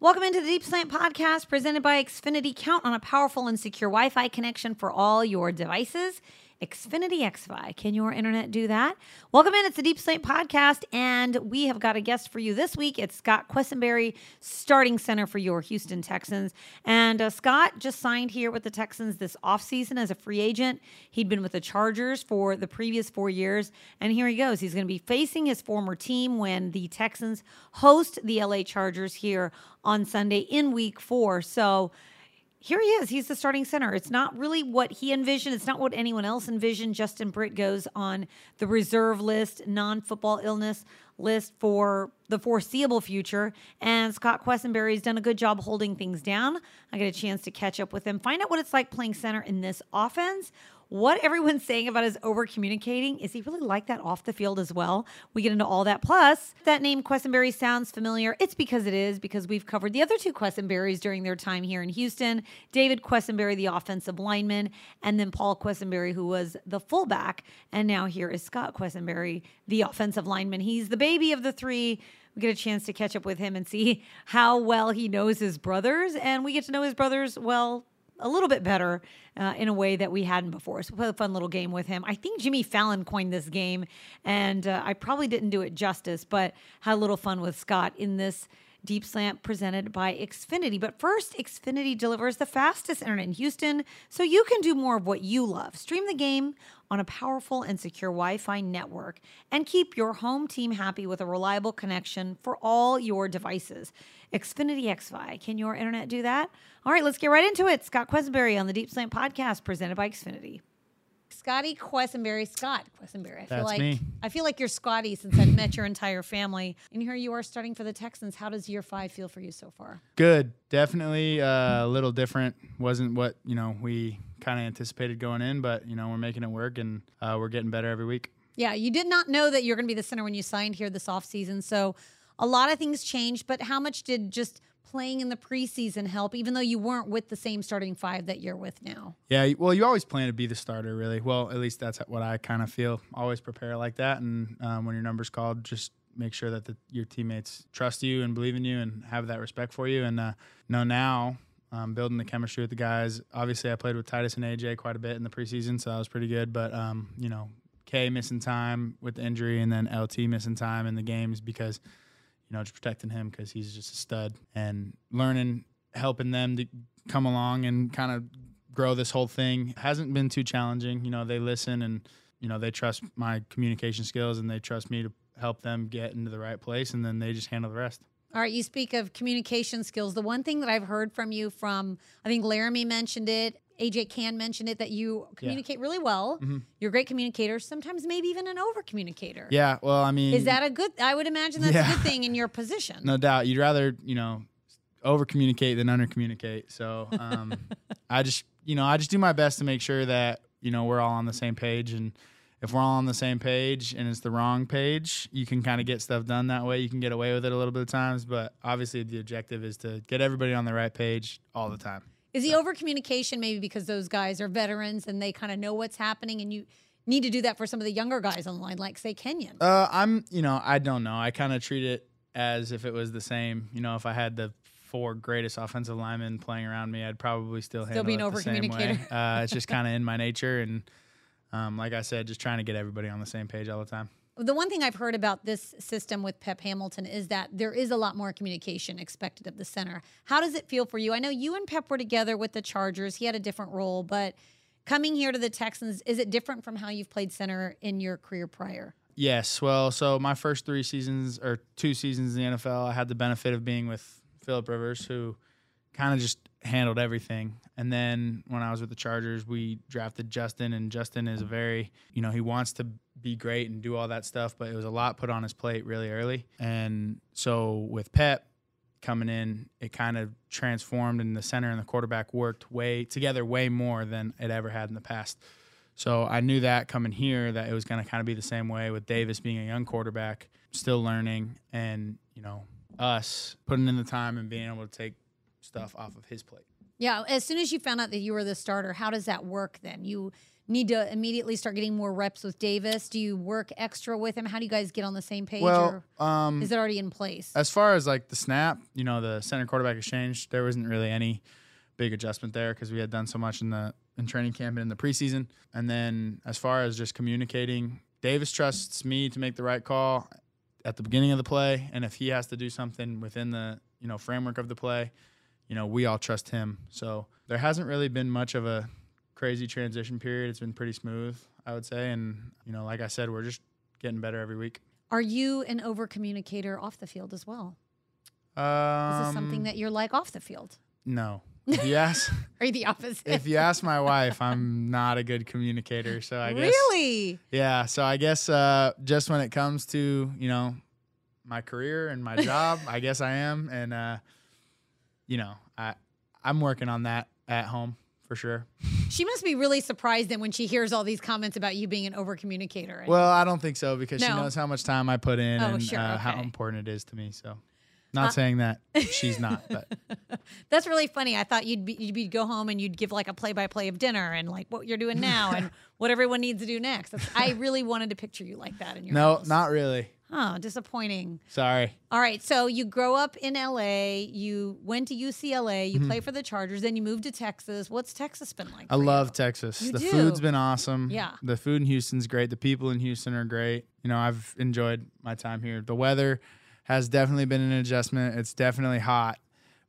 Welcome into the Deep Slant Podcast, presented by Xfinity. Count on a powerful and secure Wi Fi connection for all your devices. Xfinity XFi. Can your internet do that? Welcome in. It's the Deep Slate Podcast, and we have got a guest for you this week. It's Scott Quessenberry, starting center for your Houston Texans. And uh, Scott just signed here with the Texans this offseason as a free agent. He'd been with the Chargers for the previous four years, and here he goes. He's going to be facing his former team when the Texans host the LA Chargers here on Sunday in week four. So, here he is. He's the starting center. It's not really what he envisioned. It's not what anyone else envisioned. Justin Britt goes on the reserve list, non football illness list for the foreseeable future. And Scott Quessenberry's done a good job holding things down. I get a chance to catch up with him, find out what it's like playing center in this offense. What everyone's saying about his over communicating, is he really like that off the field as well? We get into all that. Plus, that name Questenberry sounds familiar. It's because it is, because we've covered the other two Questenberries during their time here in Houston David Questenberry, the offensive lineman, and then Paul Questenberry, who was the fullback. And now here is Scott Questenberry, the offensive lineman. He's the baby of the three. We get a chance to catch up with him and see how well he knows his brothers. And we get to know his brothers well a little bit better uh, in a way that we hadn't before. So we played a fun little game with him. I think Jimmy Fallon coined this game, and uh, I probably didn't do it justice, but had a little fun with Scott in this deep slant presented by Xfinity. But first, Xfinity delivers the fastest internet in Houston, so you can do more of what you love. Stream the game on a powerful and secure Wi Fi network and keep your home team happy with a reliable connection for all your devices. Xfinity XFi. Can your internet do that? All right, let's get right into it. Scott Quesenberry on the Deep Slant Podcast presented by Xfinity. Scotty Quessenberry, Scott Quessenberry. I feel That's like me. I feel like you're Scotty since I've met your entire family. And here you are starting for the Texans. How does year five feel for you so far? Good. Definitely uh, a little different. Wasn't what you know we kind of anticipated going in, but you know we're making it work and uh, we're getting better every week. Yeah, you did not know that you're going to be the center when you signed here this offseason. So a lot of things changed, but how much did just playing in the preseason help, even though you weren't with the same starting five that you're with now? Yeah. y- Well, you always plan to be the starter, really. Well, at least that's what I kind of feel. Always prepare like that, and um, when your number's called, just make sure that the, your teammates trust you and believe in you and have that respect for you. And uh, no, now. Um, building the chemistry with the guys. Obviously, I played with Titus and AJ quite a bit in the preseason, so that was pretty good. But um, you know, K missing time with the injury, and then LT missing time in the games because you know, just protecting him because he's just a stud and learning, helping them to come along and kind of grow this whole thing hasn't been too challenging. You know, they listen and, you know, they trust my communication skills and they trust me to help them get into the right place and then they just handle the rest. All right, you speak of communication skills. The one thing that I've heard from you from, I think Laramie mentioned it, AJ Can mentioned it, that you communicate really well. You're a great communicator, sometimes maybe even an over communicator. Mm-hmm. Yeah. Well, I mean, Is that a good? I would imagine that's a Yeah. good thing in your position. No doubt. You'd rather, you know, over communicate than under communicate. So um, I just, you know, I just do my best to make sure that, you know, we're all on the same page. And if we're all on the same page and it's the wrong page, you can kind of get stuff done that way. You can get away with it a little bit of times. But obviously, the objective is to get everybody on the right page all the time. Is the over communication maybe because those guys are veterans and they kind of know what's happening and you need to do that for some of the younger guys on the line, like say Kenyon? Uh, I'm, you know, I don't know. I kind of treat it as if it was the same. You know, if I had the four greatest offensive linemen playing around me, I'd probably still, handle be an it the same way. overcommunicator. Uh, it's just kind of in my nature, and um, like I said, just trying to get everybody on the same page all the time. the one thing I've heard about this system with Pep Hamilton is that there is a lot more communication expected of the center. How does it feel for you? I know you and Pep were together with the Chargers. He had a different role, but coming here to the Texans, is it different from how you've played center in your career prior? Yes. Well, so my first three seasons or two seasons in the NFL, I had the benefit of being with Philip Rivers, who kind of just handled everything. And then when I was with the Chargers, we drafted Justin, and Justin is a very, you know, he wants to be great and do all that stuff, but it was a lot put on his plate really early. And so with Pep coming in, it kind of transformed, and the center and the quarterback worked way together way more than it ever had in the past. So I knew that coming here that it was going to kind of be the same way with Davis being a young quarterback, still learning, and you know us putting in the time and being able to take stuff off of his plate. Yeah, as soon as you found out that you were the starter, how does that work then? You need to immediately start getting more reps with Davis? Do you work extra with him? How do you guys get on the same page? Well, um, or is it already in place? As far as like the snap, you know, the center quarterback exchange, there wasn't really any big adjustment there because we had done so much in the in training camp and in the preseason. And then as far as just communicating, Davis trusts me to make the right call at the beginning of the play, and if he has to do something within the you know framework of the play, you know we all trust him. So there hasn't really been much of a crazy transition period. It's been pretty smooth, I would say. And you know, like I said, we're just getting better every week. Are you an over communicator off the field as well? Um, Is this something that you're like off the field? No. If you ask, Are you the opposite? if you ask my wife, I'm not a good communicator. So I guess. really? Yeah. So I guess uh, just when it comes to you know my career and my job, I guess I am, and uh, you know I I'm working on that at home for sure. She must be really surprised then when she hears all these comments about you being an over communicator. Well, I don't think so because she No. knows how much time I put in Oh, and sure, uh, how okay. important it is to me. So, not saying that she's not, but That's really funny. I thought you'd be you'd be go home and you'd give like a play by play of dinner and like what you're doing now and what everyone needs to do next. That's, I really wanted to picture you like that in your no, house. not really. Oh, disappointing. Sorry. All right, so you grow up in LA. You went to UCLA. You Mm-hmm. play for the Chargers. Then you moved to Texas. What's Texas been like? I for you? love Texas. You the do. food's been awesome. Yeah. The food in Houston's great. The people in Houston are great. You know, I've enjoyed my time here. The weather has definitely been an adjustment. It's definitely hot,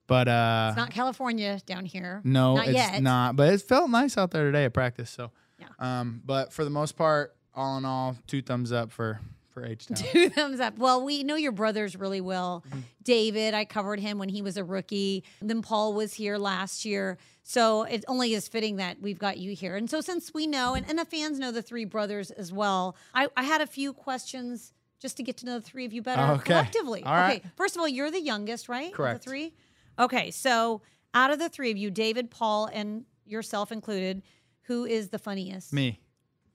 but uh, It's not California down here. no, not it's yet. not. But it felt nice out there today at practice. So, Yeah. um, but for the most part, all in all, two thumbs up for for H Town. Two thumbs up. Well, we know your brothers really well. Mm-hmm. David, I covered him when he was a rookie. Then Paul was here last year. So it only is fitting that we've got you here. And so since we know, and, and the fans know the three brothers as well, I, I had a few questions just to get to know the three of you better Okay. collectively. All right. Okay. First of all, you're the youngest, right? of the Correct. three? Okay. So out of the three of you, David, Paul, and yourself included, who is the funniest? Me,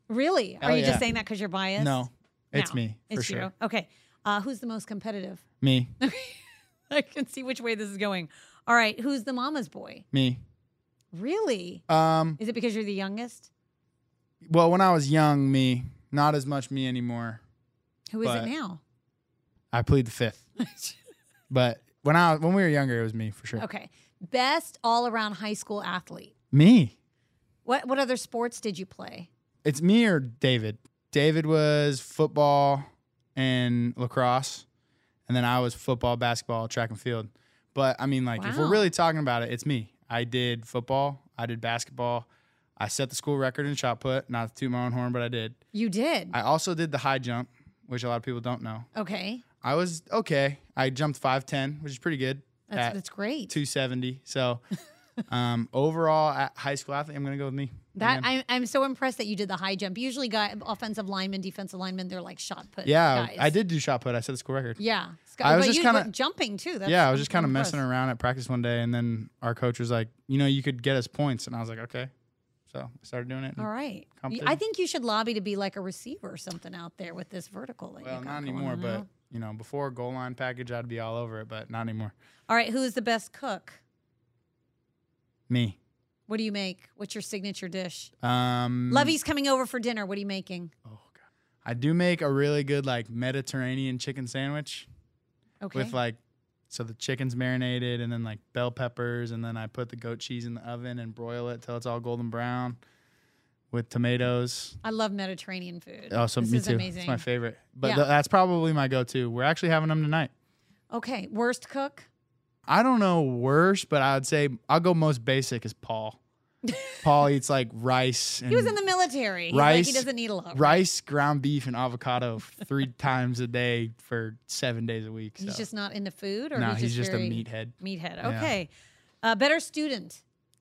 Really? Are Oh, you yeah. just saying that because you're biased? no, it's No, me for it's sure. you. Okay. Uh, who's the most competitive? Me, I can see which way this is going. All right. Who's the mama's boy? me. Really? Um, Is it because you're the youngest? well, when I was young, me, not as much me anymore. Who is But- it now? I plead the fifth. But when I when we were younger, it was me for sure. okay. Best all around high school athlete. Me. What what other sports did you play? It's me or David. David was football and lacrosse, and then I was football, basketball, track and field. But I mean, like, if we're Wow. really talking about it, it's me. I did football. I did basketball. I set the school record in shot put. Not to toot my own horn, but I did. You did. I also did the high jump, which a lot of people don't know. okay. I was okay. I jumped five ten, which is pretty good. That's at- that's great. 270. So, um, overall, at high school athlete, I'm going to go with me. That Again. I'm, I'm so impressed that you did the high jump. Usually, guy, offensive linemen, defensive linemen, they're like shot put. yeah, guys. I did do shot put. I set the school record. Yeah, I But was just you- kinda- but jumping too. That's, yeah, I was just I'm kind of messing impressed. around at practice one day, and then our coach was like, "You know, you could get us points," and I was like, "Okay." So I started doing it. and- All right. Y- I competition. think you should lobby to be like a receiver or something out there with this vertical. That Well, you got not going anymore, on. but you know, before goal line package, I'd be all over it, but not anymore. all right. Who is the best cook? Me. What do you make? What's your signature dish? Um, Lovey's coming over for dinner. What are you making? Oh God. I do make a really good like Mediterranean chicken sandwich. Okay. with like so the chicken's marinated and then like bell peppers and then I put the goat cheese in the oven and broil it till it's all golden brown with tomatoes. I love Mediterranean food. Oh, so this me is too. amazing. It's my favorite. But Yeah. th- that's probably my go-to. We're actually having them tonight. okay. Worst cook? I don't know worse, but I would say I'll go most basic is Paul. Paul eats like rice and He was in the military. He's like, he rice- doesn't need a lot. rice, ground beef, and avocado three times a day for seven days a week. So. He's just not into food, or no, he's just, very a meathead. Meathead. Yeah. Okay. Uh, better student.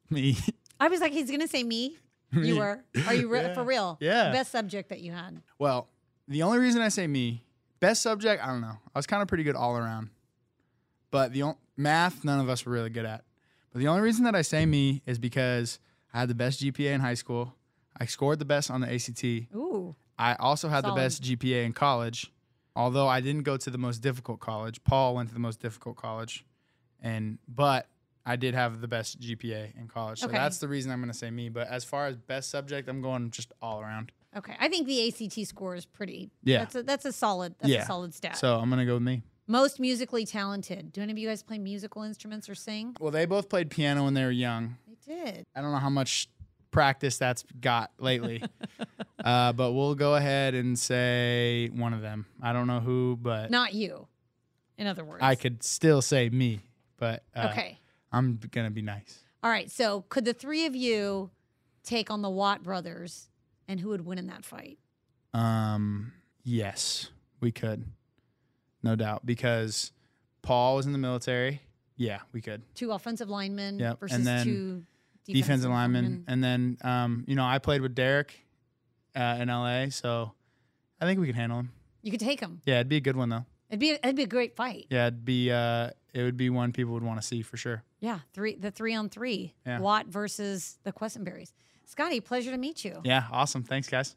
Me. I was like, he's gonna say me. Me. You were. Are you re- Yeah. for real? Yeah. Best subject that you had. Well, the only reason I say me, best subject, I don't know. I was kind of pretty good all around. But the on- math, none of us were really good at. But the only reason that I say me is because I had the best GPA in high school. I scored the best on the ACT. Ooh. I also had Solid. the best GPA in college. Although I didn't go to the most difficult college, Paul went to the most difficult college. And but I did have the best GPA in college. So Okay. that's the reason I'm going to say me. But as far as best subject, I'm going just all around. Okay, I think the ACT score is pretty. Yeah. that's a, that's a solid. That's Yeah. a solid stat. So I'm going to go with me. Most musically talented. Do any of you guys play musical instruments or sing? Well, they both played piano when they were young. I did. I don't know how much practice that's got lately. uh, but we'll go ahead and say one of them. I don't know who, but Not you. In other words, Uh, I could still say me. But uh, Okay. I'm going to be nice. All right. So, could the three of you take on the Watt brothers, and who would win in that fight? Um, yes, we could. No doubt. Because Paul was in the military. Yeah, we could. Two offensive linemen Yep, and versus then two defensive, defensive lineman. And then, um, you know, I played with Derek uh, in LA, so I think we can handle him. You could take them. Yeah, it'd be a good one though. It'd be it'd be a great fight. Yeah, it'd be uh, it would be one people would want to see for sure. Yeah, three the three on three. Yeah. Watt versus the Questenberries. Scotty, pleasure to meet you. Yeah, awesome. Thanks, guys.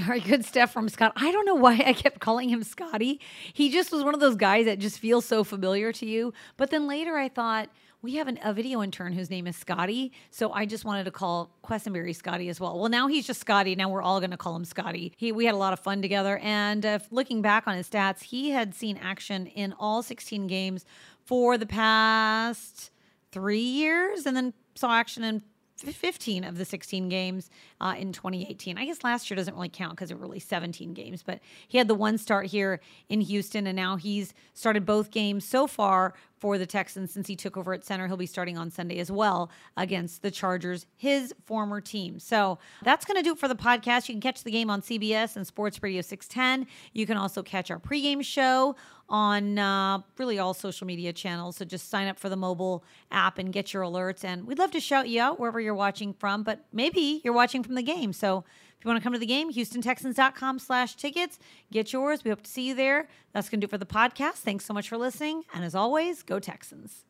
All right, good stuff from Scott. I don't know why I kept calling him Scotty. He just was one of those guys that just feels so familiar to you. But then later I thought, we have an, a video intern whose name is Scotty. So I just wanted to call Questenberry Scotty as well. Well, now he's just Scotty. Now we're all going to call him Scotty. He, we had a lot of fun together. And uh, looking back on his stats, he had seen action in all 16 games for the past three years and then saw action in f- 15 of the 16 games uh, in 2018. I guess last year doesn't really count because there were really 17 games, but he had the one start here in Houston, and now he's started both games so far for the Texans since he took over at center. He'll be starting on Sunday as well against the Chargers, his former team. So that's going to do it for the podcast. You can catch the game on CBS and Sports Radio 610. You can also catch our pregame show on uh, really all social media channels. So just sign up for the mobile app and get your alerts. And we'd love to shout you out wherever you're watching from, but maybe you're watching from the game. So if you want to come to the game, HoustonTexans.com slash tickets. Get yours. We hope to see you there. That's going to do it for the podcast. Thanks so much for listening. And as always, go Texans.